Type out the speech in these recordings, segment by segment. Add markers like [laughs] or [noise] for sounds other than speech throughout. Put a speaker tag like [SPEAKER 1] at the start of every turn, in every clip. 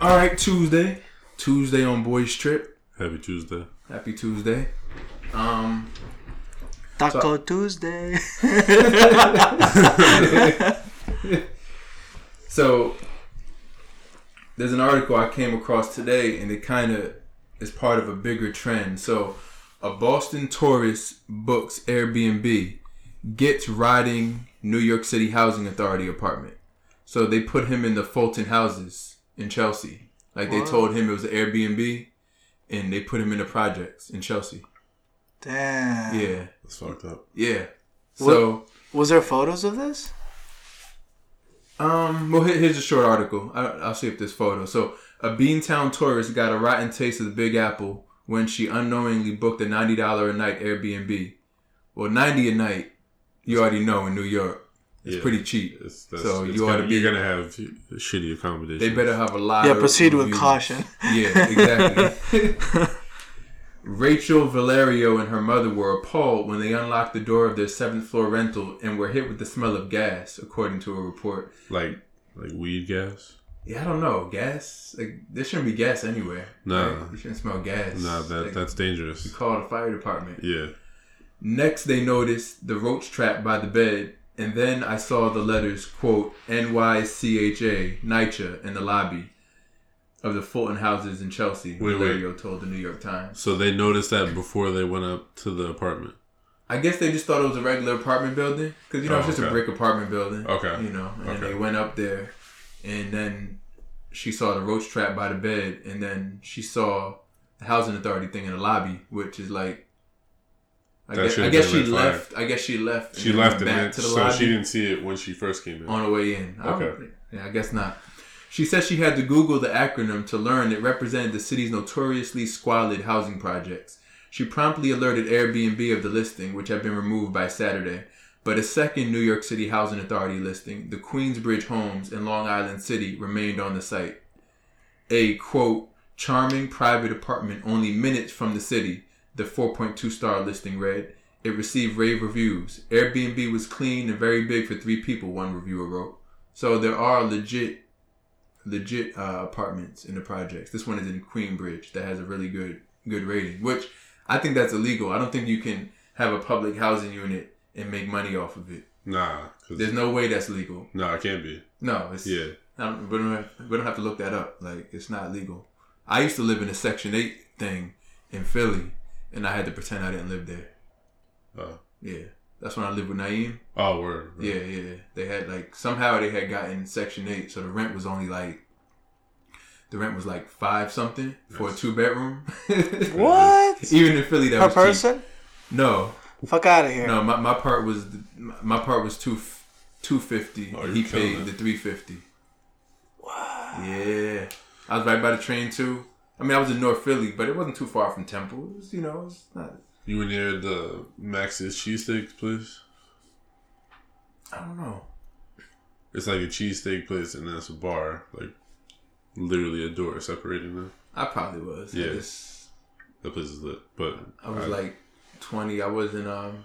[SPEAKER 1] All right, Tuesday. Tuesday on Boys Trip.
[SPEAKER 2] Happy Tuesday.
[SPEAKER 1] Happy Tuesday. Um,
[SPEAKER 3] Taco Tuesday.
[SPEAKER 1] so there's an article I came across today, and it kind of is part of a bigger trend. So a Boston tourist books Airbnb, gets riding New York City Housing Authority apartment. So they put him in the Fulton houses in Chelsea. Like they
[SPEAKER 3] Wow.
[SPEAKER 1] told him it was an Airbnb, and they put him in the projects in Chelsea.
[SPEAKER 3] [laughs] Damn.
[SPEAKER 1] Yeah,
[SPEAKER 2] That's fucked up.
[SPEAKER 1] yeah.
[SPEAKER 3] What-
[SPEAKER 1] So.
[SPEAKER 3] Was there photos of this?
[SPEAKER 1] Um, well, here- here's a short article. I, I'll see if this photo. So, a Beantown tourist got a rotten taste of the Big Apple when she unknowingly booked a ninety dollar a night Airbnb. Well, ninety a night, you already know in New York, it's
[SPEAKER 2] Yeah.
[SPEAKER 1] pretty cheap.
[SPEAKER 2] It's, that's,
[SPEAKER 1] So
[SPEAKER 2] it's
[SPEAKER 1] you oughta
[SPEAKER 2] gonna,
[SPEAKER 1] be-
[SPEAKER 2] You're gonna have shitty accommodations.
[SPEAKER 1] They better have a lot.
[SPEAKER 3] Yeah,
[SPEAKER 1] of
[SPEAKER 3] proceed with
[SPEAKER 1] reviews.
[SPEAKER 3] caution.
[SPEAKER 1] Yeah, exactly. [laughs] Rachel Valerio and her mother were appalled when they unlocked the door of their seventh floor rental and were hit with the smell of gas, according to a report.
[SPEAKER 2] like like weed gas.
[SPEAKER 1] Yeah, I don't know. Gas? Like, there shouldn't be gas anywhere.
[SPEAKER 2] No.
[SPEAKER 1] Like, you shouldn't smell gas.
[SPEAKER 2] Nah, that
[SPEAKER 1] Like,
[SPEAKER 2] that's dangerous.
[SPEAKER 1] You call the fire department.
[SPEAKER 2] Yeah,
[SPEAKER 1] Next, they noticed the roach trap by the bed, and then I saw the letters, quote, NYCHA, NYCHA, in the lobby of the Fulton houses in Chelsea,
[SPEAKER 2] Wait, wait.
[SPEAKER 1] Valerio told the New York Times.
[SPEAKER 2] so they noticed that before they went up to the apartment.
[SPEAKER 1] I guess they just thought it was a regular apartment building, because, you know,
[SPEAKER 2] Oh,
[SPEAKER 1] it's just a
[SPEAKER 2] okay.
[SPEAKER 1] brick apartment building.
[SPEAKER 2] Okay.
[SPEAKER 1] You know, and then
[SPEAKER 2] Okay.
[SPEAKER 1] they went up there, and then she saw the roach trap by the bed, and then she saw the housing authority thing in the lobby, which is like, I
[SPEAKER 2] That
[SPEAKER 1] guess, I
[SPEAKER 2] should've
[SPEAKER 1] guess
[SPEAKER 2] been
[SPEAKER 1] she
[SPEAKER 2] red flag.
[SPEAKER 1] left. I guess she left.
[SPEAKER 2] She
[SPEAKER 1] then
[SPEAKER 2] left
[SPEAKER 1] went
[SPEAKER 2] and then, so
[SPEAKER 1] lobby
[SPEAKER 2] she didn't see it when she first came in.
[SPEAKER 1] on the way in. I don't-
[SPEAKER 2] Okay.
[SPEAKER 1] yeah, I guess not. She said she had to Google the acronym to learn it represented the city's notoriously squalid housing projects. She promptly alerted Airbnb of the listing, which had been removed by Saturday. But a second New York City Housing Authority listing, the Queensbridge Homes in Long Island City, remained on the site. A quote, charming private apartment only minutes from the city, the 4.2 star listing read. It received rave reviews. Airbnb was clean and very big for three people, one reviewer wrote. So there are legit, legit uh, apartments in the projects. This one is in Queenbridge that has a really good, good rating, which I think that's illegal. I don't think you can have a public housing unit and make money off of it.
[SPEAKER 2] Nah, 'cause-
[SPEAKER 1] There's no way that's legal.
[SPEAKER 2] nah, it can't be.
[SPEAKER 1] No, it's
[SPEAKER 2] Yeah,
[SPEAKER 1] I don't, we, don't have, we don't have to look that up. Like, it's not legal. I used to live in a Section 8 thing in Philly, and I had to pretend I didn't live there.
[SPEAKER 2] Oh.
[SPEAKER 1] Yeah. That's when I lived with Naeem.
[SPEAKER 2] oh, word. word.
[SPEAKER 1] Yeah, yeah. They had, like, somehow they had gotten Section 8, so the rent was only like, the rent was like five something for a
[SPEAKER 2] Nice.
[SPEAKER 1] two
[SPEAKER 2] [laughs]
[SPEAKER 1] bedroom.
[SPEAKER 3] [laughs]
[SPEAKER 1] [laughs]
[SPEAKER 3] What?
[SPEAKER 1] Even in Philly, that
[SPEAKER 3] Per
[SPEAKER 1] was cheap.
[SPEAKER 3] person?
[SPEAKER 1] No,
[SPEAKER 3] Fuck out of here.
[SPEAKER 1] no. My, my part was my my part was two two fifty.
[SPEAKER 2] Oh,
[SPEAKER 1] and
[SPEAKER 2] you're
[SPEAKER 1] he
[SPEAKER 2] killing
[SPEAKER 1] paid
[SPEAKER 2] it.
[SPEAKER 1] the three fifty. Yeah. I was right by the train too. I mean, I was in North Philly, but it wasn't too far from Temple. It was, you know, it's not.
[SPEAKER 2] You were near the Max's cheesesteak place.
[SPEAKER 1] I don't know.
[SPEAKER 2] It's like a cheesesteak place, and then it's a bar, like literally a door separating them.
[SPEAKER 1] I probably was. I,
[SPEAKER 2] Yeah.
[SPEAKER 1] just,
[SPEAKER 2] That place is lit, but
[SPEAKER 1] I was like twenty. I wasn't. Um,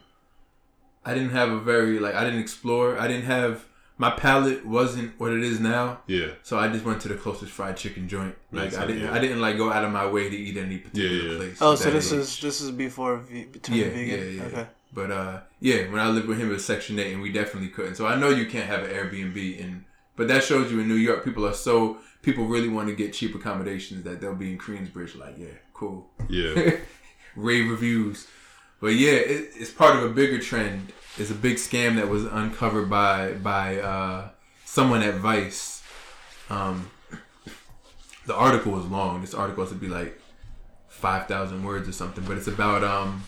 [SPEAKER 1] I didn't have a very like. I didn't explore. I didn't have my palate wasn't what it is now.
[SPEAKER 2] yeah,
[SPEAKER 1] So I just went to the closest fried chicken joint. Like
[SPEAKER 2] Makes
[SPEAKER 1] I
[SPEAKER 2] sense,
[SPEAKER 1] didn't,
[SPEAKER 2] yeah.
[SPEAKER 1] I didn't like go out of my way to eat any particular
[SPEAKER 2] yeah.
[SPEAKER 1] place.
[SPEAKER 3] Oh, so
[SPEAKER 1] that
[SPEAKER 3] this
[SPEAKER 1] day.
[SPEAKER 3] is this is before v- turning
[SPEAKER 1] yeah,
[SPEAKER 3] vegan.
[SPEAKER 1] yeah, yeah.
[SPEAKER 3] Okay.
[SPEAKER 1] But uh, yeah, when I lived with him, it was Section Eight, and we definitely couldn't. So I know you can't have an Airbnb, and but that shows you in New York, people are so people really want to get cheap accommodations that they'll be in Queensbridge. Like, yeah, cool,
[SPEAKER 2] yeah, [laughs]
[SPEAKER 1] rave reviews. But yeah, it, it's part of a bigger trend. It's a big scam that was uncovered by by uh, someone at Vice. Um, the article was long. This article has to be like five thousand words or something. But it's about um,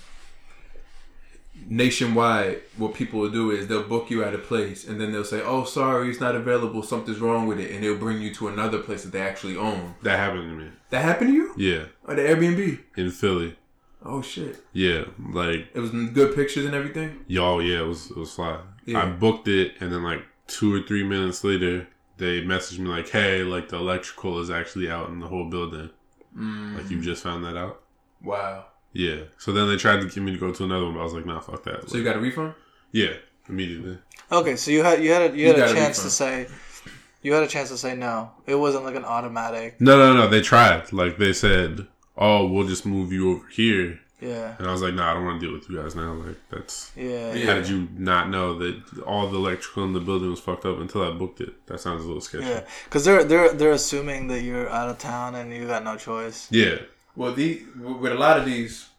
[SPEAKER 1] nationwide. What people will do is they'll book you at a place, and then they'll say, "Oh, sorry, it's not available. Something's wrong with it," and they'll bring you to another place that they actually own.
[SPEAKER 2] that happened to me.
[SPEAKER 1] That happened to you
[SPEAKER 2] Yeah,
[SPEAKER 1] or the Airbnb?
[SPEAKER 2] in Philly.
[SPEAKER 1] Oh shit!
[SPEAKER 2] Yeah, like
[SPEAKER 1] It was good pictures and everything.
[SPEAKER 2] y'all. Yeah, it was it was fly.
[SPEAKER 1] Yeah.
[SPEAKER 2] I booked it, and then like two or three minutes later, they messaged me like, "Hey, like the electrical is actually out in the whole building.
[SPEAKER 1] Mm.
[SPEAKER 2] Like you just found that out."
[SPEAKER 1] wow.
[SPEAKER 2] Yeah. So then they tried to get me to go to another one, but I was like, "Nah, fuck that."
[SPEAKER 1] So you got a refund?
[SPEAKER 2] yeah, immediately.
[SPEAKER 3] Okay, so you had you had a, you had
[SPEAKER 1] You
[SPEAKER 3] a
[SPEAKER 1] got a
[SPEAKER 3] chance to
[SPEAKER 1] refund.
[SPEAKER 3] say, You had a chance to say no. It wasn't like an automatic.
[SPEAKER 2] No, no, no. They tried. Like they said, "Oh, we'll just move you over here,"
[SPEAKER 3] Yeah.
[SPEAKER 2] and I was like, "No, I don't want to deal with you guys now." Like that's.
[SPEAKER 3] Yeah.
[SPEAKER 1] Yeah.
[SPEAKER 2] How did you not know that all the electrical in the building was fucked up until I booked it? That sounds a little sketchy.
[SPEAKER 3] Yeah, because they're they're they're assuming that you're out of town and you got no choice.
[SPEAKER 2] yeah.
[SPEAKER 1] Well, the with a lot of these,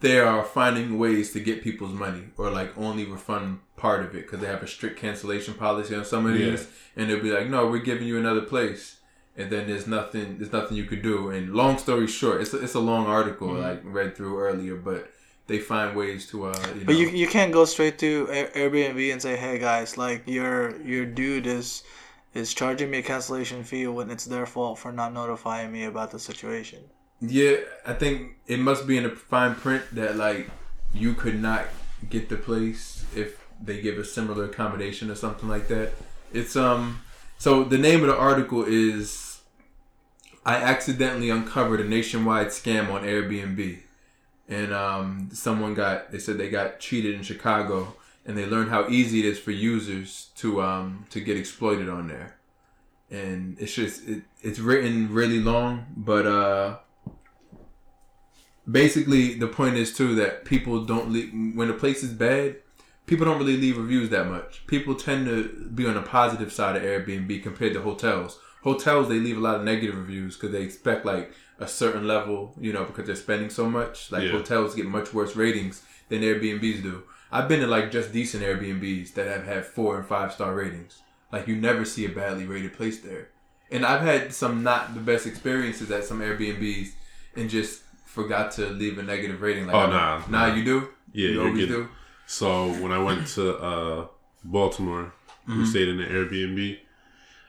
[SPEAKER 1] they are finding ways to get people's money or like only refund part of it because they have a strict cancellation policy on some of
[SPEAKER 2] Yeah.
[SPEAKER 1] these, and they'll be like, "No, we're giving you another place," and then there's nothing, there's nothing you could do. And long story short, it's a, it's a long article like read through earlier, but they find ways to uh, you know,
[SPEAKER 3] But you you can't go straight to Air- Airbnb and say, hey guys, like your your dude is is charging me a cancellation fee when it's their fault for not notifying me about the situation.
[SPEAKER 1] yeah, I think it must be in the fine print that like you could not get the place if they give a similar accommodation or something like that. It's um so the name of the article is I accidentally uncovered a nationwide scam on Airbnb. And um someone got they said they got cheated in Chicago and they learned how easy it is for users to um to get exploited on there. And it's just it, it's written really long, but uh basically the point is too that people don't leave when a place is bad people don't really leave reviews that much people tend to be on the positive side of airbnb compared to hotels hotels they leave a lot of negative reviews because they expect like a certain level you know because they're spending so much like
[SPEAKER 2] Yeah.
[SPEAKER 1] hotels get much worse ratings than airbnbs do i've been to like just decent airbnbs that have had four and five star ratings like you never see a badly rated place there and I've had some not the best experiences at some Airbnbs and just forgot to leave a negative rating. Like,
[SPEAKER 2] Oh, nah,
[SPEAKER 1] nah, you do.
[SPEAKER 2] Yeah,
[SPEAKER 1] you
[SPEAKER 2] you're
[SPEAKER 1] always
[SPEAKER 2] good.
[SPEAKER 1] do.
[SPEAKER 2] So when I went to uh, Baltimore, we stayed in an Airbnb,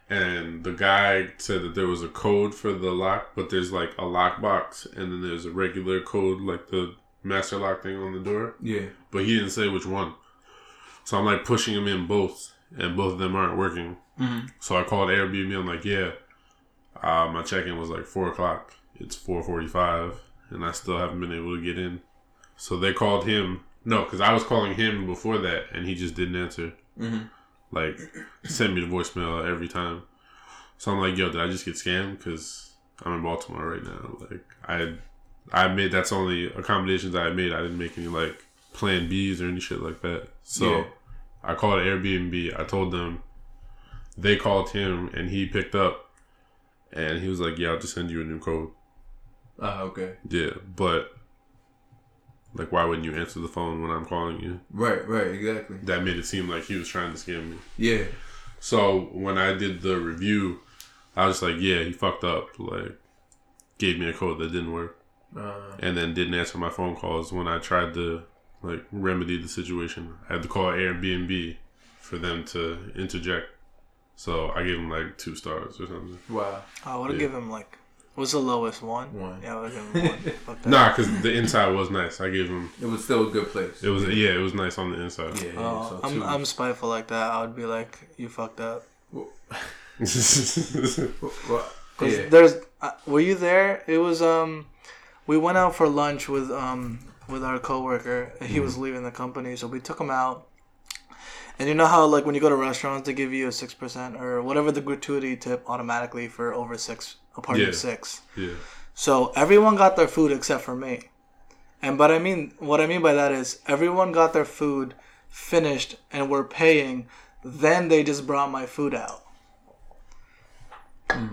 [SPEAKER 2] and the guy said that there was a code for the lock, but there's like a lock box, and then there's a regular code, like the master lock thing on the door,
[SPEAKER 1] Yeah,
[SPEAKER 2] but he didn't say which one. So I'm like pushing him in both, and both of them aren't working.
[SPEAKER 1] Mhm.
[SPEAKER 2] So I called Airbnb. I'm like, yeah, uh, my check-in was like four o'clock. It's four forty-five, and I still haven't been able to get in. So they called him. No, because I was calling him before that, and he just didn't answer.
[SPEAKER 1] Mhm.
[SPEAKER 2] Like, sent me the voicemail every time. So I'm like, yo, did I just get scammed? Because I'm in Baltimore right now. Like, I, I made that's the only accommodations I made. I didn't make any like Plan Bs or any shit like that. So
[SPEAKER 1] Yeah.
[SPEAKER 2] I called Airbnb. I told them. They called him, and he picked up, and he was like, yeah, I'll just send you a new code.
[SPEAKER 1] ah, okay,
[SPEAKER 2] Yeah, but like, why wouldn't you answer the phone when I'm calling you?
[SPEAKER 1] right, right, exactly.
[SPEAKER 2] That made it seem like he was trying to scam me.
[SPEAKER 1] Yeah,
[SPEAKER 2] So when I did the review, I was like, yeah, he fucked up. Like, gave me a code that didn't work,
[SPEAKER 1] uh,
[SPEAKER 2] and then didn't answer my phone calls when I tried to like remedy the situation. I had to call Airbnb for them to interject. So I gave him like two stars or something.
[SPEAKER 1] wow.
[SPEAKER 3] I would have
[SPEAKER 2] Yeah.
[SPEAKER 3] give him like, what's the lowest one?
[SPEAKER 1] One.
[SPEAKER 3] Yeah, I would give him
[SPEAKER 1] [laughs]
[SPEAKER 3] one. Fuck that.
[SPEAKER 2] Nah, because the inside was nice. I gave him.
[SPEAKER 1] It was still a good place.
[SPEAKER 2] It was yeah, it was nice on the inside.
[SPEAKER 1] yeah, yeah,
[SPEAKER 3] Oh,
[SPEAKER 1] so
[SPEAKER 3] I'm
[SPEAKER 1] two.
[SPEAKER 3] I'm spiteful like that. I would be like, you fucked up.
[SPEAKER 1] Well,
[SPEAKER 3] Cause
[SPEAKER 1] yeah.
[SPEAKER 3] there's, uh, were you there? It was um, we went out for lunch with um with our coworker. He was leaving the company, so we took him out. And you know how like when you go to restaurants, they give you a six percent or whatever the gratuity tip automatically for over six, a party of
[SPEAKER 2] Yeah.
[SPEAKER 3] six.
[SPEAKER 2] [laughs] yeah.
[SPEAKER 3] So everyone got their food except for me. And but I mean what I mean by that is everyone got their food finished and were paying, then they just brought my food out.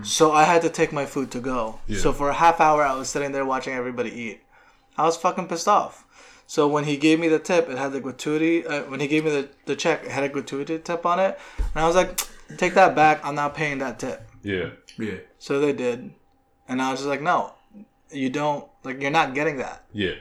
[SPEAKER 3] So I had to take my food to go. So for a half hour I was sitting there watching everybody eat. I was fucking pissed off. So when he gave me the tip, it had the gratuity. Uh, when he gave me the, the check, it had a gratuity tip on it, and I was like, "Take that back! I'm not paying that tip."
[SPEAKER 2] Yeah.
[SPEAKER 1] yeah,
[SPEAKER 3] So they did. And I was just like, no, you don't, like, you're not getting that.
[SPEAKER 2] Yeah.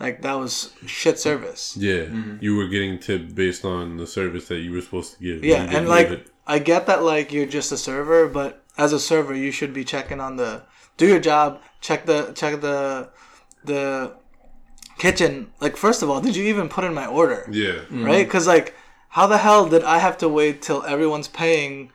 [SPEAKER 3] Like, that was shit service.
[SPEAKER 2] Yeah.
[SPEAKER 3] Mm-hmm.
[SPEAKER 2] You were getting tipped based on the service that you were supposed to give. You
[SPEAKER 3] Yeah.
[SPEAKER 2] didn't
[SPEAKER 3] And,
[SPEAKER 2] give
[SPEAKER 3] like,
[SPEAKER 2] it.
[SPEAKER 3] I get that, like, you're just a server, but as a server, you should be checking on the, do your job, check the, check the, the kitchen. Like, first of all, did you even put in my order?
[SPEAKER 2] Yeah.
[SPEAKER 3] Right? Because, like, how the hell did I have to wait till everyone's paying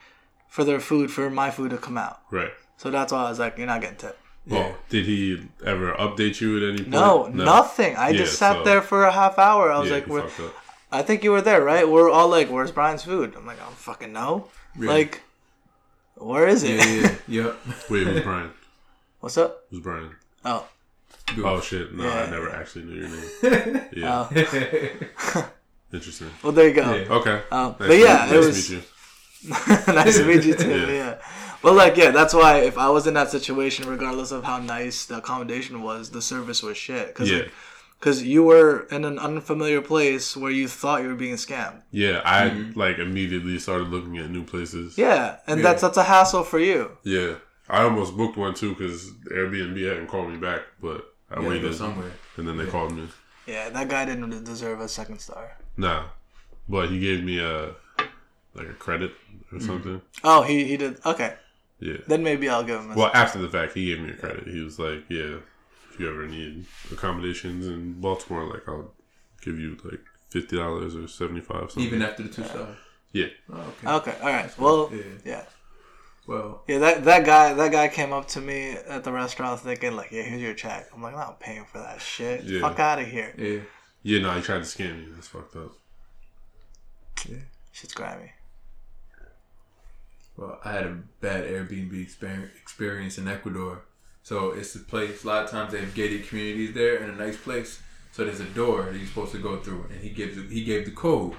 [SPEAKER 3] for their food for my food to come out?
[SPEAKER 2] Right.
[SPEAKER 3] So that's why I was like, you're not getting tipped.
[SPEAKER 2] Well, did he ever update you at any point?
[SPEAKER 3] No, nothing. I
[SPEAKER 2] Yeah,
[SPEAKER 3] just sat
[SPEAKER 2] so-
[SPEAKER 3] there for a half hour. I was
[SPEAKER 2] Yeah,
[SPEAKER 3] like,
[SPEAKER 2] he
[SPEAKER 3] we're,
[SPEAKER 2] fucked up.
[SPEAKER 3] I think you were there, right? We're all like, where's Brian's food? I'm like, I don't fucking know. Like, Where is it?
[SPEAKER 1] Yeah, yeah, [laughs] yeah.
[SPEAKER 2] [laughs] Wait, it was Brian.
[SPEAKER 3] [laughs] What's up?
[SPEAKER 2] It was Brian.
[SPEAKER 3] Oh,
[SPEAKER 2] Oh shit! No,
[SPEAKER 3] Yeah.
[SPEAKER 2] I never actually knew your name.
[SPEAKER 3] [laughs]
[SPEAKER 2] Yeah,
[SPEAKER 3] oh.
[SPEAKER 1] Yep.
[SPEAKER 2] interesting.
[SPEAKER 3] well, there you go.
[SPEAKER 1] Yeah.
[SPEAKER 2] Okay.
[SPEAKER 3] Um,
[SPEAKER 2] Nice
[SPEAKER 3] but
[SPEAKER 2] to-
[SPEAKER 3] yeah,
[SPEAKER 2] nice
[SPEAKER 3] it
[SPEAKER 2] to
[SPEAKER 3] was
[SPEAKER 2] meet you.
[SPEAKER 3] [laughs] nice to meet you too.
[SPEAKER 2] Yeah.
[SPEAKER 3] Yeah. But like, yeah, that's why if I was in that situation, regardless of how nice the accommodation was, the service was shit. Because
[SPEAKER 2] Yeah.
[SPEAKER 3] you were in an unfamiliar place where you thought you were being scammed.
[SPEAKER 2] Yeah, I like immediately started looking at new places.
[SPEAKER 3] Mm-hmm. Yeah, and
[SPEAKER 1] Yeah.
[SPEAKER 3] that's that's a hassle for you.
[SPEAKER 2] Yeah. I almost booked one too because Airbnb hadn't called me back, but I
[SPEAKER 1] Yeah, go
[SPEAKER 2] waited
[SPEAKER 1] somewhere.
[SPEAKER 2] and then they called me.
[SPEAKER 3] Yeah, that guy didn't deserve a second star.
[SPEAKER 2] Nah, but he gave me a like a credit or something.
[SPEAKER 3] Oh, he he did. Okay,
[SPEAKER 2] Yeah.
[SPEAKER 3] then maybe I'll give him. A
[SPEAKER 2] Well, after the fact, he gave me a credit. He was like, "Yeah, if you ever need accommodations in Baltimore, like I'll give you like fifty dollars or seventy five something."
[SPEAKER 1] Even after the two star.
[SPEAKER 2] yeah.
[SPEAKER 1] Oh, okay.
[SPEAKER 3] Okay, all right. Well,
[SPEAKER 1] Yeah.
[SPEAKER 3] yeah.
[SPEAKER 1] Well,
[SPEAKER 3] Yeah, that, that guy that guy came up to me at the restaurant thinking like, yeah, here's your check. I'm like, I'm not paying for that shit.
[SPEAKER 2] Yeah.
[SPEAKER 3] Fuck out of here.
[SPEAKER 1] yeah.
[SPEAKER 2] Yeah, no, he tried to scam me. That's fucked up.
[SPEAKER 3] Shit's grimy.
[SPEAKER 1] Well, I had a bad Airbnb exper- experience in Ecuador. So it's a place. A lot of times they have gated communities there, and a nice place. So there's a door that you're supposed to go through, and he gives he gave the code.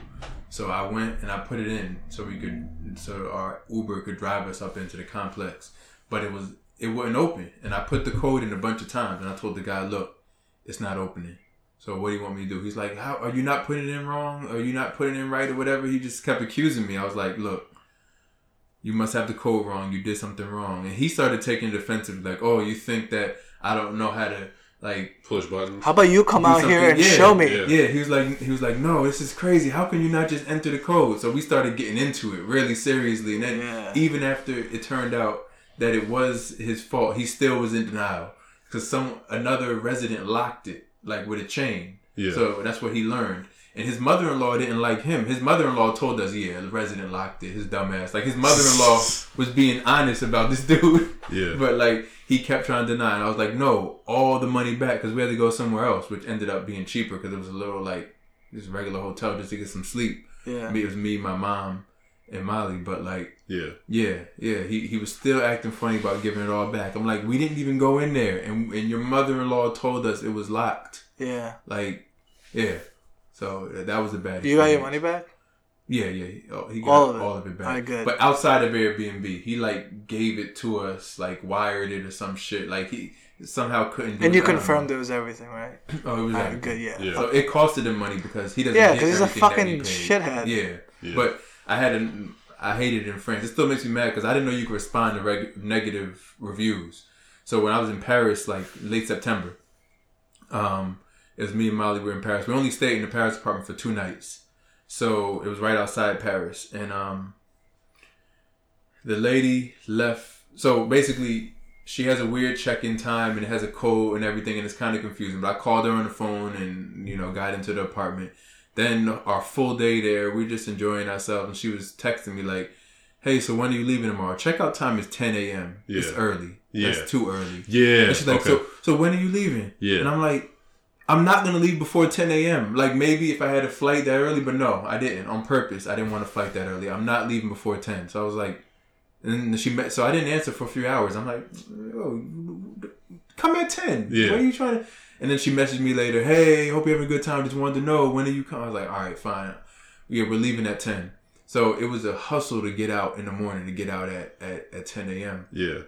[SPEAKER 1] So I went and I put it in, so we could, so our Uber could drive us up into the complex. But it was it wouldn't open, and I put the code in a bunch of times, and I told the guy, look, it's not opening. So what do you want me to do? He's like, how are you not putting it in wrong? Are you not putting it in right or whatever? He just kept accusing me. I was like, look you must have the code wrong. You did something wrong. And he started taking defensive, like, oh, you think that I don't know how to, like,
[SPEAKER 2] Push buttons.
[SPEAKER 3] How about you come
[SPEAKER 1] Do
[SPEAKER 3] out here and
[SPEAKER 1] something- yeah,
[SPEAKER 3] show me?
[SPEAKER 2] yeah.
[SPEAKER 1] yeah. He was like, he was like, no, this is crazy. How can you not just enter the code? So we started getting into it really seriously. And then
[SPEAKER 3] Yeah.
[SPEAKER 1] even after it turned out that it was his fault, he still was in denial because some another resident locked it like with a chain.
[SPEAKER 2] Yeah.
[SPEAKER 1] So that's what he learned. And his mother in law didn't like him. His mother in law told us, yeah, the resident locked it, his dumbass. Like, his mother in
[SPEAKER 2] [laughs]
[SPEAKER 1] law was being honest about this dude.
[SPEAKER 2] Yeah.
[SPEAKER 1] But, like, he kept trying to deny it. I was like, no, all the money back because we had to go somewhere else, which ended up being cheaper because it was a little, like, just regular hotel just to get some sleep. I
[SPEAKER 3] Yeah.
[SPEAKER 1] mean, it was me, my mom, and Molly. But, like,
[SPEAKER 2] yeah.
[SPEAKER 1] yeah, yeah, he, he was still acting funny about giving it all back. I'm like, we didn't even go in there. And, and your mother in law told us it was locked.
[SPEAKER 3] Yeah.
[SPEAKER 1] Like, yeah. So uh, that was a bad.
[SPEAKER 3] You got your
[SPEAKER 1] experience.
[SPEAKER 3] money back?
[SPEAKER 1] Yeah, yeah. he- Oh, he got
[SPEAKER 3] All of it.
[SPEAKER 1] back.
[SPEAKER 3] Alright, good.
[SPEAKER 1] But outside of Airbnb, he like gave it to us, like wired it or some shit. Like he somehow couldn't. Do
[SPEAKER 3] And
[SPEAKER 1] it.
[SPEAKER 3] you
[SPEAKER 1] I don't
[SPEAKER 3] confirmed
[SPEAKER 1] know.
[SPEAKER 3] it was everything, right?
[SPEAKER 1] Oh, it was
[SPEAKER 3] Alright,
[SPEAKER 1] everything.
[SPEAKER 3] good, yeah.
[SPEAKER 2] Yeah.
[SPEAKER 1] So it costed him money because he doesn't.
[SPEAKER 3] Yeah,
[SPEAKER 1] get
[SPEAKER 3] 'cause he's a
[SPEAKER 1] everything that we
[SPEAKER 3] fucking
[SPEAKER 1] paid.
[SPEAKER 3] shithead.
[SPEAKER 1] Yeah.
[SPEAKER 2] Yeah.
[SPEAKER 1] but I had an I hated it in France. It still makes me mad because I didn't know you could respond to reg- negative reviews. So when I was in Paris, like late September, um, it was me and Molly were in Paris. We only stayed in the Paris apartment for two nights, so it was right outside Paris, and um, the lady left. So basically, she has a weird check-in time and it has a code and everything, and it's kind of confusing. But I called her on the phone and you know got into the apartment. Then our full day there, we're just enjoying ourselves, and she was texting me like, "Hey, so when are you leaving tomorrow? Checkout time is 10 a.m. It's
[SPEAKER 2] Yeah.
[SPEAKER 1] early.
[SPEAKER 2] Yeah.
[SPEAKER 1] It's too early."
[SPEAKER 2] Yeah.
[SPEAKER 1] And she's like,
[SPEAKER 2] okay.
[SPEAKER 1] so, so when are you leaving?
[SPEAKER 2] Yeah.
[SPEAKER 1] And I'm like, I'm not gonna leave before 10 a.m. Like maybe if I had a flight that early, but no, I didn't on purpose. I didn't want to flight that early. I'm not leaving before 10. So I was like, and then she met. So I didn't answer for a few hours. I'm like, oh, come at 10.
[SPEAKER 2] Yeah.
[SPEAKER 1] What are you trying to? And then she messaged me later. Hey, hope you're having a good time. Just wanted to know when are you coming. I was like, all right, fine. Yeah, we're leaving at 10. So it was a hustle to get out in the morning to get out at at, at 10 a.m.
[SPEAKER 2] yeah.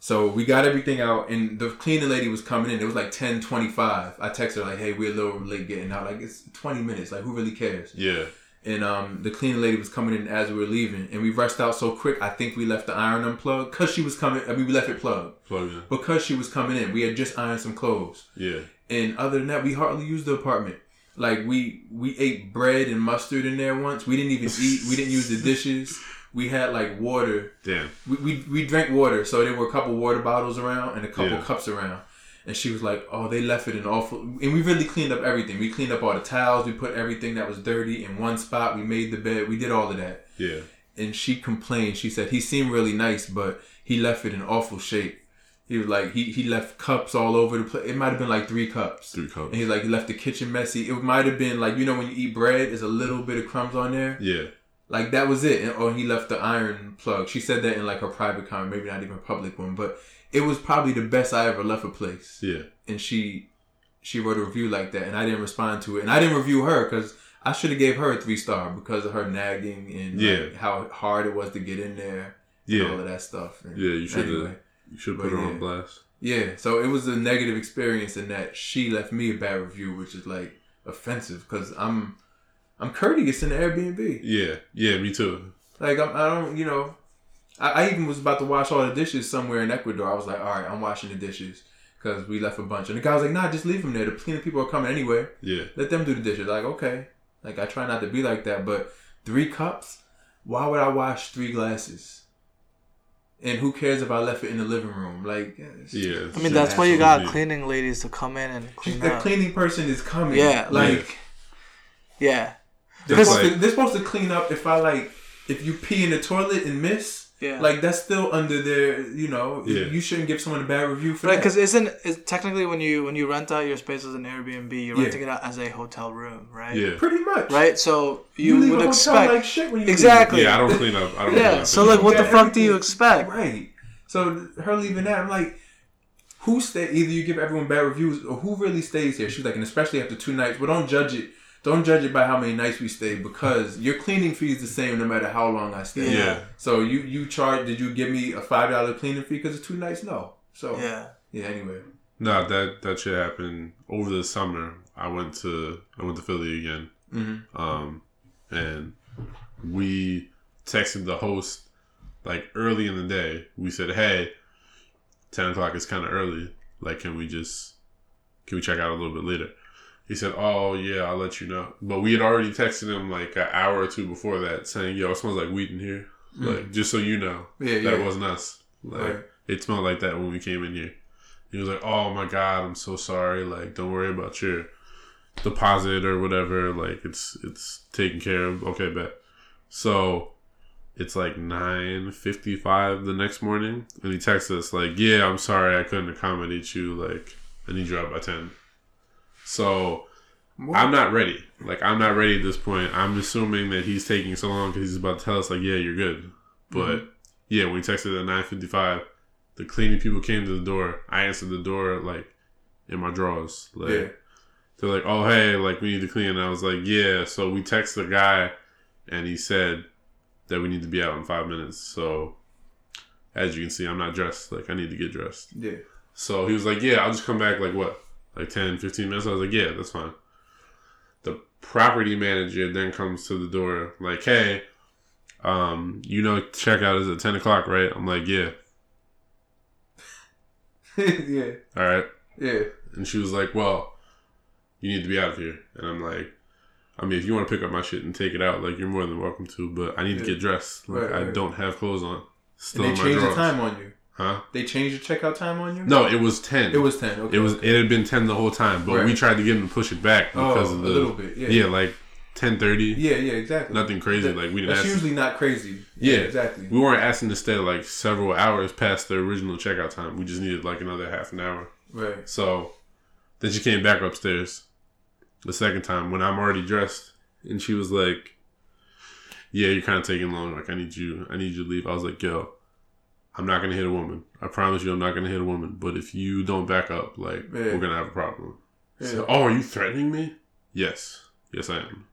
[SPEAKER 1] So we got everything out, and the cleaning lady was coming in. It was like ten twenty-five. I texted her like, "Hey, we're a little late getting out. Like it's twenty minutes. Like who really cares?"
[SPEAKER 2] Yeah.
[SPEAKER 1] And um, the cleaning lady was coming in as we were leaving, and we rushed out so quick. I think we left the iron unplugged because she was coming. I mean, we left it plugged
[SPEAKER 2] Plug in.
[SPEAKER 1] because she was coming in. We had just ironed some clothes,
[SPEAKER 2] Yeah.
[SPEAKER 1] and other than that, we hardly used the apartment. Like we we ate bread and mustard in there once. We didn't even eat. We didn't use the dishes. We had like water
[SPEAKER 2] Damn.
[SPEAKER 1] we, we, we drank water, so there were a couple water bottles around and a couple
[SPEAKER 2] Yeah.
[SPEAKER 1] cups around. And she was like, "Oh, they left it in awful." And we really cleaned up everything. We cleaned up all the towels. We put everything that was dirty in one spot. We made the bed. We did all of that.
[SPEAKER 2] Yeah.
[SPEAKER 1] And she complained. She said he seemed really nice, but he left it in awful shape. He was like he, he left cups all over the place. It might have been like three cups.
[SPEAKER 2] Three
[SPEAKER 1] And
[SPEAKER 2] cups.
[SPEAKER 1] he's like he left the kitchen messy. It might have been like you know when you eat bread, there's a little bit of crumbs on there
[SPEAKER 2] Yeah.
[SPEAKER 1] Like that was it. And, or he left the iron plug. She said that in like her private comment, maybe not even a public one, but it was probably the best I ever left a place.
[SPEAKER 2] Yeah.
[SPEAKER 1] And she she wrote a review like that, and I didn't respond to it, and I didn't review her because I should have gave her a three star because of her nagging and like,
[SPEAKER 2] Yeah.
[SPEAKER 1] how hard it was to get in there, and all
[SPEAKER 2] Yeah.
[SPEAKER 1] of that stuff. And
[SPEAKER 2] Yeah, you should have
[SPEAKER 1] anyway.
[SPEAKER 2] you should
[SPEAKER 1] But
[SPEAKER 2] put her
[SPEAKER 1] yeah.
[SPEAKER 2] on blast.
[SPEAKER 1] Yeah, so it was a negative experience in that she left me a bad review, which is like offensive because I'm I'm courteous in the Airbnb.
[SPEAKER 2] Yeah. Yeah, me too.
[SPEAKER 1] Like I'm, I don't, you know, I, I even was about to wash all the dishes somewhere in Ecuador. I was like, all right, I'm washing the dishes because we left a bunch, and the guy was like, nah, just leave them there. The cleaning people are coming anyway.
[SPEAKER 2] Yeah.
[SPEAKER 1] Let them do the dishes. Like okay, like I try not to be like that, but three cups. Why would I wash three glasses? And who cares if I left it in the living room? Like, it's-
[SPEAKER 2] Yeah.
[SPEAKER 3] I
[SPEAKER 2] it's
[SPEAKER 3] mean, that's why you
[SPEAKER 2] absolutely-
[SPEAKER 3] got cleaning ladies to come in and
[SPEAKER 1] She's-
[SPEAKER 3] clean
[SPEAKER 1] the
[SPEAKER 3] up.
[SPEAKER 1] cleaning person is coming.
[SPEAKER 3] Yeah.
[SPEAKER 1] like
[SPEAKER 3] Yeah,
[SPEAKER 1] they're
[SPEAKER 2] That's
[SPEAKER 1] supposed, to,
[SPEAKER 2] like,
[SPEAKER 1] they're supposed to clean up. If I like, if you pee in the toilet and miss,
[SPEAKER 3] yeah.
[SPEAKER 1] like that's still under their. You know,
[SPEAKER 2] Yeah.
[SPEAKER 1] you shouldn't give someone a bad review for
[SPEAKER 3] Right,
[SPEAKER 1] that.
[SPEAKER 3] because isn't is, technically when you when you rent out your space as an Airbnb, you're
[SPEAKER 1] Yeah.
[SPEAKER 3] renting it out as a hotel room, right?
[SPEAKER 2] yeah.
[SPEAKER 1] Pretty much,
[SPEAKER 3] Right. So
[SPEAKER 1] You,
[SPEAKER 3] you,
[SPEAKER 1] leave a
[SPEAKER 3] would
[SPEAKER 1] hotel
[SPEAKER 3] expect
[SPEAKER 1] like shit when you leave.
[SPEAKER 3] Exactly.
[SPEAKER 2] Yeah, I don't clean up. I don't clean
[SPEAKER 3] Yeah.
[SPEAKER 2] up
[SPEAKER 3] So
[SPEAKER 2] anymore.
[SPEAKER 3] like, what the
[SPEAKER 1] Yeah,
[SPEAKER 3] fuck do you
[SPEAKER 1] everything-
[SPEAKER 3] expect?
[SPEAKER 1] Right. So her leaving that, I'm like, who stay? Either you give everyone bad reviews, or who really stays here? She's like, and especially after two nights, but don't judge it. Don't judge it by how many nights we stay because your cleaning fee is the same no matter how long I stay.
[SPEAKER 2] Yeah.
[SPEAKER 1] So you you charge? Did you give me a five dollar cleaning fee because of two nights? No. So yeah.
[SPEAKER 3] Yeah.
[SPEAKER 1] Anyway.
[SPEAKER 2] No, that that shit happened over the summer. I went to I went to Philly again,
[SPEAKER 1] Mm-hmm.
[SPEAKER 2] um, and we texted the host like early in the day. We said, "Hey, ten o'clock is kind of early. Like, can we just can we check out a little bit later?" He said, "Oh yeah, I'll let you know." But we had already texted him like an hour or two before that, saying, "Yo, it smells like weed in here. Like, just so you know,
[SPEAKER 1] Yeah.
[SPEAKER 2] that
[SPEAKER 1] yeah.
[SPEAKER 2] wasn't us. Like,
[SPEAKER 1] Right.
[SPEAKER 2] it smelled like that when we came in here. He was like, "Oh my god, I'm so sorry. Like, don't worry about your deposit or whatever. Like, it's it's taken care of. Okay, bet." So, it's like nine fifty five the next morning, and he texts us like, "Yeah, I'm sorry, I couldn't accommodate you. Like, I need you out by 10. So
[SPEAKER 1] What?
[SPEAKER 2] I'm not ready. Like, I'm not ready at this point. I'm assuming that he's taking so long because he's about to tell us like, "Yeah, you're good." But
[SPEAKER 1] Mm-hmm.
[SPEAKER 2] yeah, when he texted at nine fifty five, the cleaning people came to the door. I answered the door like in my drawers. Like
[SPEAKER 1] Yeah.
[SPEAKER 2] they're like, "Oh hey, like we need to clean." And I was like, "Yeah." So we text the guy, and he said that we need to be out in five minutes. So as you can see, I'm not dressed. Like I need to get dressed.
[SPEAKER 1] Yeah. [laughs]
[SPEAKER 2] So he was like, "Yeah, I'll just come back like what, like 10, 15 minutes." I was like, "Yeah, that's fine." The property manager then comes to the door like, "Hey." um, you know, checkout is at 10 o'clock, right? I'm like, yeah,
[SPEAKER 1] yeah.
[SPEAKER 2] all right.
[SPEAKER 1] Yeah.
[SPEAKER 2] And she was like, well, you need to be out of here. And I'm like, I mean, if you want to pick up my shit and take it out, like, you're more than welcome to, but I need to
[SPEAKER 1] Yeah.
[SPEAKER 2] get dressed. Like,
[SPEAKER 1] Right,
[SPEAKER 2] I
[SPEAKER 1] right.
[SPEAKER 2] don't have clothes on.
[SPEAKER 1] And
[SPEAKER 2] Still
[SPEAKER 1] they
[SPEAKER 2] in my
[SPEAKER 1] changed the
[SPEAKER 2] drawers.
[SPEAKER 1] time on you.
[SPEAKER 2] Huh?
[SPEAKER 1] They changed the checkout time on you.
[SPEAKER 2] No, it was 10.
[SPEAKER 1] It was ten. Okay.
[SPEAKER 2] It was. It had been ten the whole time, but
[SPEAKER 1] Right.
[SPEAKER 2] we tried to get him to push it back
[SPEAKER 1] oh,
[SPEAKER 2] because of the
[SPEAKER 1] a little bit. Yeah.
[SPEAKER 2] yeah. like ten thirty,
[SPEAKER 1] Yeah. Yeah. Exactly.
[SPEAKER 2] nothing crazy.
[SPEAKER 1] That-
[SPEAKER 2] like we didn't
[SPEAKER 1] That's
[SPEAKER 2] ask.
[SPEAKER 1] usually not crazy.
[SPEAKER 2] Yeah.
[SPEAKER 1] Exactly.
[SPEAKER 2] we weren't asking to stay like several hours past the original checkout time. We just needed like another half an hour.
[SPEAKER 1] Right.
[SPEAKER 2] So then she came back upstairs the second time when I'm already dressed, and she was like, "Yeah, you're kind of taking long. Like I need you. I need you to leave." I was like, "Yo, I'm not gonna hit a woman. I promise you, I'm not gonna hit a woman. But if you don't back up, like
[SPEAKER 1] Yeah.
[SPEAKER 2] we're gonna have a problem."
[SPEAKER 1] Yeah.
[SPEAKER 2] So, oh, are you threatening me? Yes, yes, I am.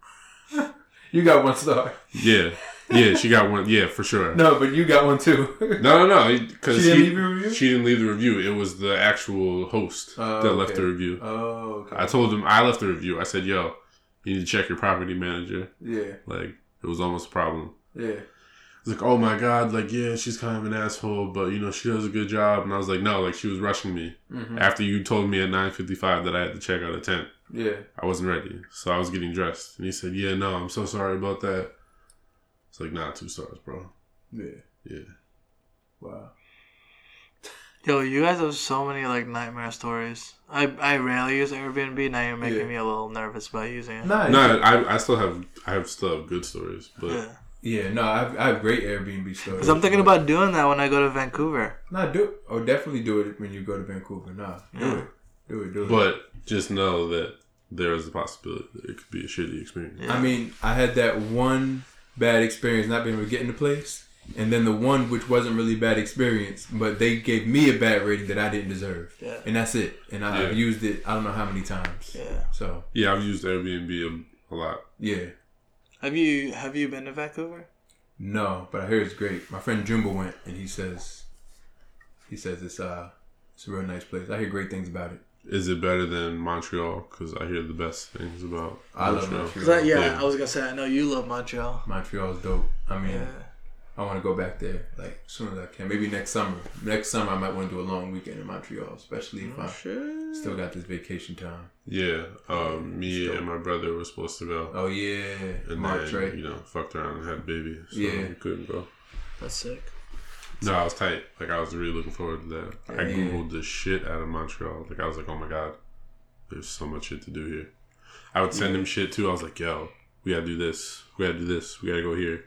[SPEAKER 1] You got one star. [laughs]
[SPEAKER 2] Yeah, yeah. She got one. Yeah, for sure. No,
[SPEAKER 1] No, but you got one too. [laughs]
[SPEAKER 2] no, no.
[SPEAKER 1] she
[SPEAKER 2] Because
[SPEAKER 1] didn't
[SPEAKER 2] she,
[SPEAKER 1] leave a review.
[SPEAKER 2] she didn't leave the review. It was the actual host
[SPEAKER 1] Oh,
[SPEAKER 2] that left the
[SPEAKER 1] okay.
[SPEAKER 2] review.
[SPEAKER 1] oh. Okay.
[SPEAKER 2] I told him I left the review. I said, "Yo, you need to check your property manager."
[SPEAKER 1] yeah.
[SPEAKER 2] Like it was almost a problem.
[SPEAKER 1] Yeah.
[SPEAKER 2] He's like, "Oh my god, like yeah, she's kind of an asshole, but you know she does a good job." And I was like, "No, like she was rushing me."
[SPEAKER 1] hmm
[SPEAKER 3] Mm-hmm.
[SPEAKER 2] After you told me at nine fifty five that I had to check out at ten,
[SPEAKER 1] Yeah.
[SPEAKER 2] I wasn't ready, so I was getting dressed. And he said, "Yeah, no, I'm so sorry about that." It's like, "Nah, two stars, bro."
[SPEAKER 1] Yeah.
[SPEAKER 2] Yeah.
[SPEAKER 1] Wow.
[SPEAKER 3] Yo, you guys have so many like nightmare stories. I I rarely use Airbnb. Now you're making
[SPEAKER 1] Yeah.
[SPEAKER 3] me a little nervous about using it.
[SPEAKER 1] Nice.
[SPEAKER 2] No, I, I still have I have still have good stories, but
[SPEAKER 3] Yeah.
[SPEAKER 1] Yeah. No, I have, I have great Airbnb stories.
[SPEAKER 3] Cause I'm thinking about doing that when I go to Vancouver.
[SPEAKER 1] Nah, do oh definitely do it when you go to Vancouver. Nah, do
[SPEAKER 3] Yeah.
[SPEAKER 1] it, do it, do it.
[SPEAKER 2] but just know that there is a possibility that it could be a shitty experience.
[SPEAKER 3] Yeah.
[SPEAKER 1] I mean, I had that one bad experience not being able to get in the place, and then the one which wasn't really bad experience, but they gave me a bad rating that I didn't deserve.
[SPEAKER 3] Yeah.
[SPEAKER 1] And that's it. And I've
[SPEAKER 2] Yeah.
[SPEAKER 1] used it I don't know how many times.
[SPEAKER 3] Yeah.
[SPEAKER 1] So
[SPEAKER 2] Yeah, I've used Airbnb a, a lot.
[SPEAKER 1] yeah.
[SPEAKER 3] Have you have you been to Vancouver?
[SPEAKER 1] No, but I hear it's great. My friend Jumbo went and he says he says it's uh it's a real nice place. I hear great things about it.
[SPEAKER 2] Is it better than Montreal? Because I hear the best things about
[SPEAKER 1] I love
[SPEAKER 3] Cause
[SPEAKER 1] Montreal.
[SPEAKER 3] I, yeah,
[SPEAKER 2] Yeah.
[SPEAKER 3] I was gonna say I know you love Montreal.
[SPEAKER 1] Montreal's dope. I mean
[SPEAKER 3] Yeah.
[SPEAKER 1] I want to go back there like as soon as I can. Maybe next summer. Next summer I might want to do a long weekend in Montreal, especially
[SPEAKER 3] Oh,
[SPEAKER 1] if I
[SPEAKER 3] Sure.
[SPEAKER 1] still got this vacation time.
[SPEAKER 2] Yeah, um, me
[SPEAKER 1] Still.
[SPEAKER 2] and my brother were supposed to go,
[SPEAKER 1] Oh yeah,
[SPEAKER 2] and
[SPEAKER 1] March
[SPEAKER 2] then
[SPEAKER 1] right?
[SPEAKER 2] you know fucked around and had a baby, so
[SPEAKER 1] Yeah.
[SPEAKER 2] we couldn't go.
[SPEAKER 3] That's sick.
[SPEAKER 2] No, I was tight. Like I was really looking forward to that. I
[SPEAKER 1] Yeah.
[SPEAKER 2] googled the shit out of Montreal. Like I was like, oh my god, there's so much shit to do here. I would send him shit too. I was like, yo, we gotta do this. We gotta do this. We gotta go here.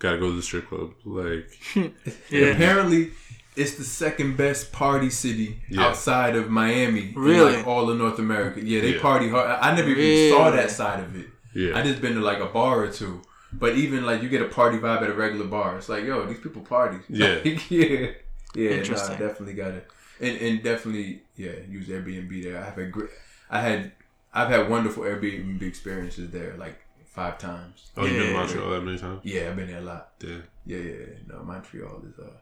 [SPEAKER 2] Gotta go to the strip club. Like,
[SPEAKER 1] And apparently, it's the second best party city
[SPEAKER 2] Yeah.
[SPEAKER 1] outside of Miami. in,
[SPEAKER 3] Really?
[SPEAKER 1] like all of North America. Yeah, they
[SPEAKER 2] Yeah.
[SPEAKER 1] party hard. I I never
[SPEAKER 3] Really?
[SPEAKER 1] even saw that side of it.
[SPEAKER 2] yeah,
[SPEAKER 1] I just been to like a bar or two. But even like you get a party vibe at a regular bar. It's like, yo, these people party.
[SPEAKER 2] Yeah.
[SPEAKER 1] [laughs] Like, yeah. Yeah.
[SPEAKER 3] Interesting.
[SPEAKER 1] Nah, definitely got it. And and definitely, yeah, use Airbnb there. I have a great I had I've had wonderful Airbnb experiences there like five times.
[SPEAKER 2] oh, you've been to
[SPEAKER 3] Yeah.
[SPEAKER 2] Montreal that many times?
[SPEAKER 1] Yeah, I've been there a lot.
[SPEAKER 2] Yeah.
[SPEAKER 1] Yeah, yeah, yeah. No, Montreal is uh,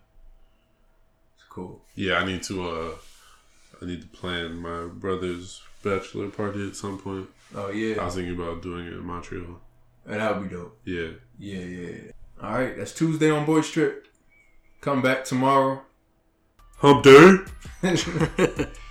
[SPEAKER 1] it's cool.
[SPEAKER 2] Yeah, I need to. uh I need to plan my brother's bachelor party at some point.
[SPEAKER 1] Oh
[SPEAKER 2] I
[SPEAKER 1] yeah,
[SPEAKER 2] was thinking about doing it in Montreal.
[SPEAKER 1] and that would be dope.
[SPEAKER 2] Yeah.
[SPEAKER 1] Yeah, yeah. yeah. All right, that's Tuesday on Boys [laughs] Trip. Come back tomorrow.
[SPEAKER 2] Hump day.
[SPEAKER 1] All